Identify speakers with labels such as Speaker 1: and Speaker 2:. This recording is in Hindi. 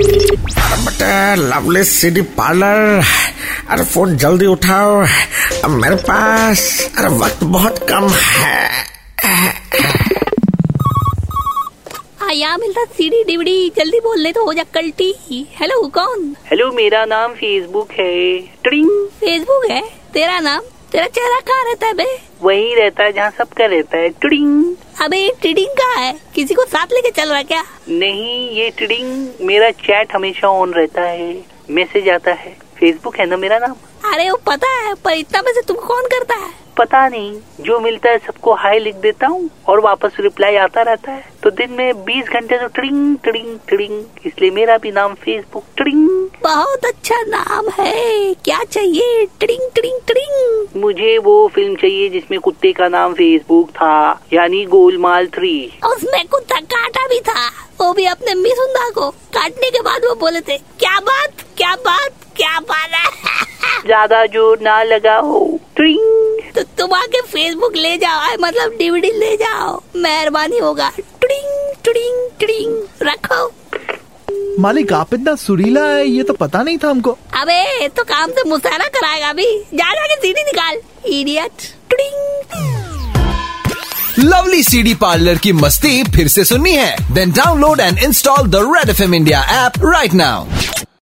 Speaker 1: बट लवली सिटी पार्लर अरे फोन जल्दी उठाओ अब मेरे पास अरे वक्त बहुत कम है
Speaker 2: आया मिल रहा सीडी डिवडी जल्दी बोलने तो हो जा कल्टी हेलो कौन
Speaker 3: हेलो मेरा नाम फेसबुक है ट्रिंग
Speaker 2: फेसबुक है तेरा नाम तेरा चेहरा कहाँ रहता है बे
Speaker 3: वही रहता है जहाँ सबका रहता है ट्रिंग
Speaker 2: अबे ट्रीडिंग कहाँ है किसी को साथ लेके चल रहा है क्या
Speaker 3: नहीं ये ट्रिंग मेरा चैट हमेशा ऑन रहता है मैसेज आता है फेसबुक है ना मेरा नाम
Speaker 2: अरे वो पता है पर इतना पैसे तुमको कौन करता है
Speaker 3: पता नहीं जो मिलता है सबको हाई लिख देता हूँ और वापस रिप्लाई आता रहता है तो दिन में 20 घंटे तो ट्रिंग ट्रिंग ट्रिंग इसलिए मेरा भी नाम फेसबुक ट्रिंग
Speaker 2: बहुत अच्छा नाम है क्या चाहिए ट्रिंग ट्रिंग ट्रिंग
Speaker 3: मुझे वो फिल्म चाहिए जिसमें कुत्ते का नाम फेसबुक था यानी गोलमाल थ्री
Speaker 2: उसमें कुत्ता काटा भी था वो भी अपने मिसुंदा को काटने के बाद वो बोले थे क्या बात क्या बात क्या बात है
Speaker 3: ज्यादा जोर ना लगाओ ट्रिंग
Speaker 2: तो तुम आके फेसबुक ले जाओ आए, मतलब डीवीडी ले जाओ मेहरबानी होगा ट्रिंग ट्रिंग ट्रिंग रखो
Speaker 4: मालिक आप इतना सुरीला है ये तो पता नहीं था हमको
Speaker 2: अबे तो काम से मुशायरा कराएगा अभी जा जाके सीढ़ी निकाल इडियट ट्रिंग
Speaker 5: लवली सीडी पार्लर की मस्ती फिर से सुननी है then download and install the red F India app right now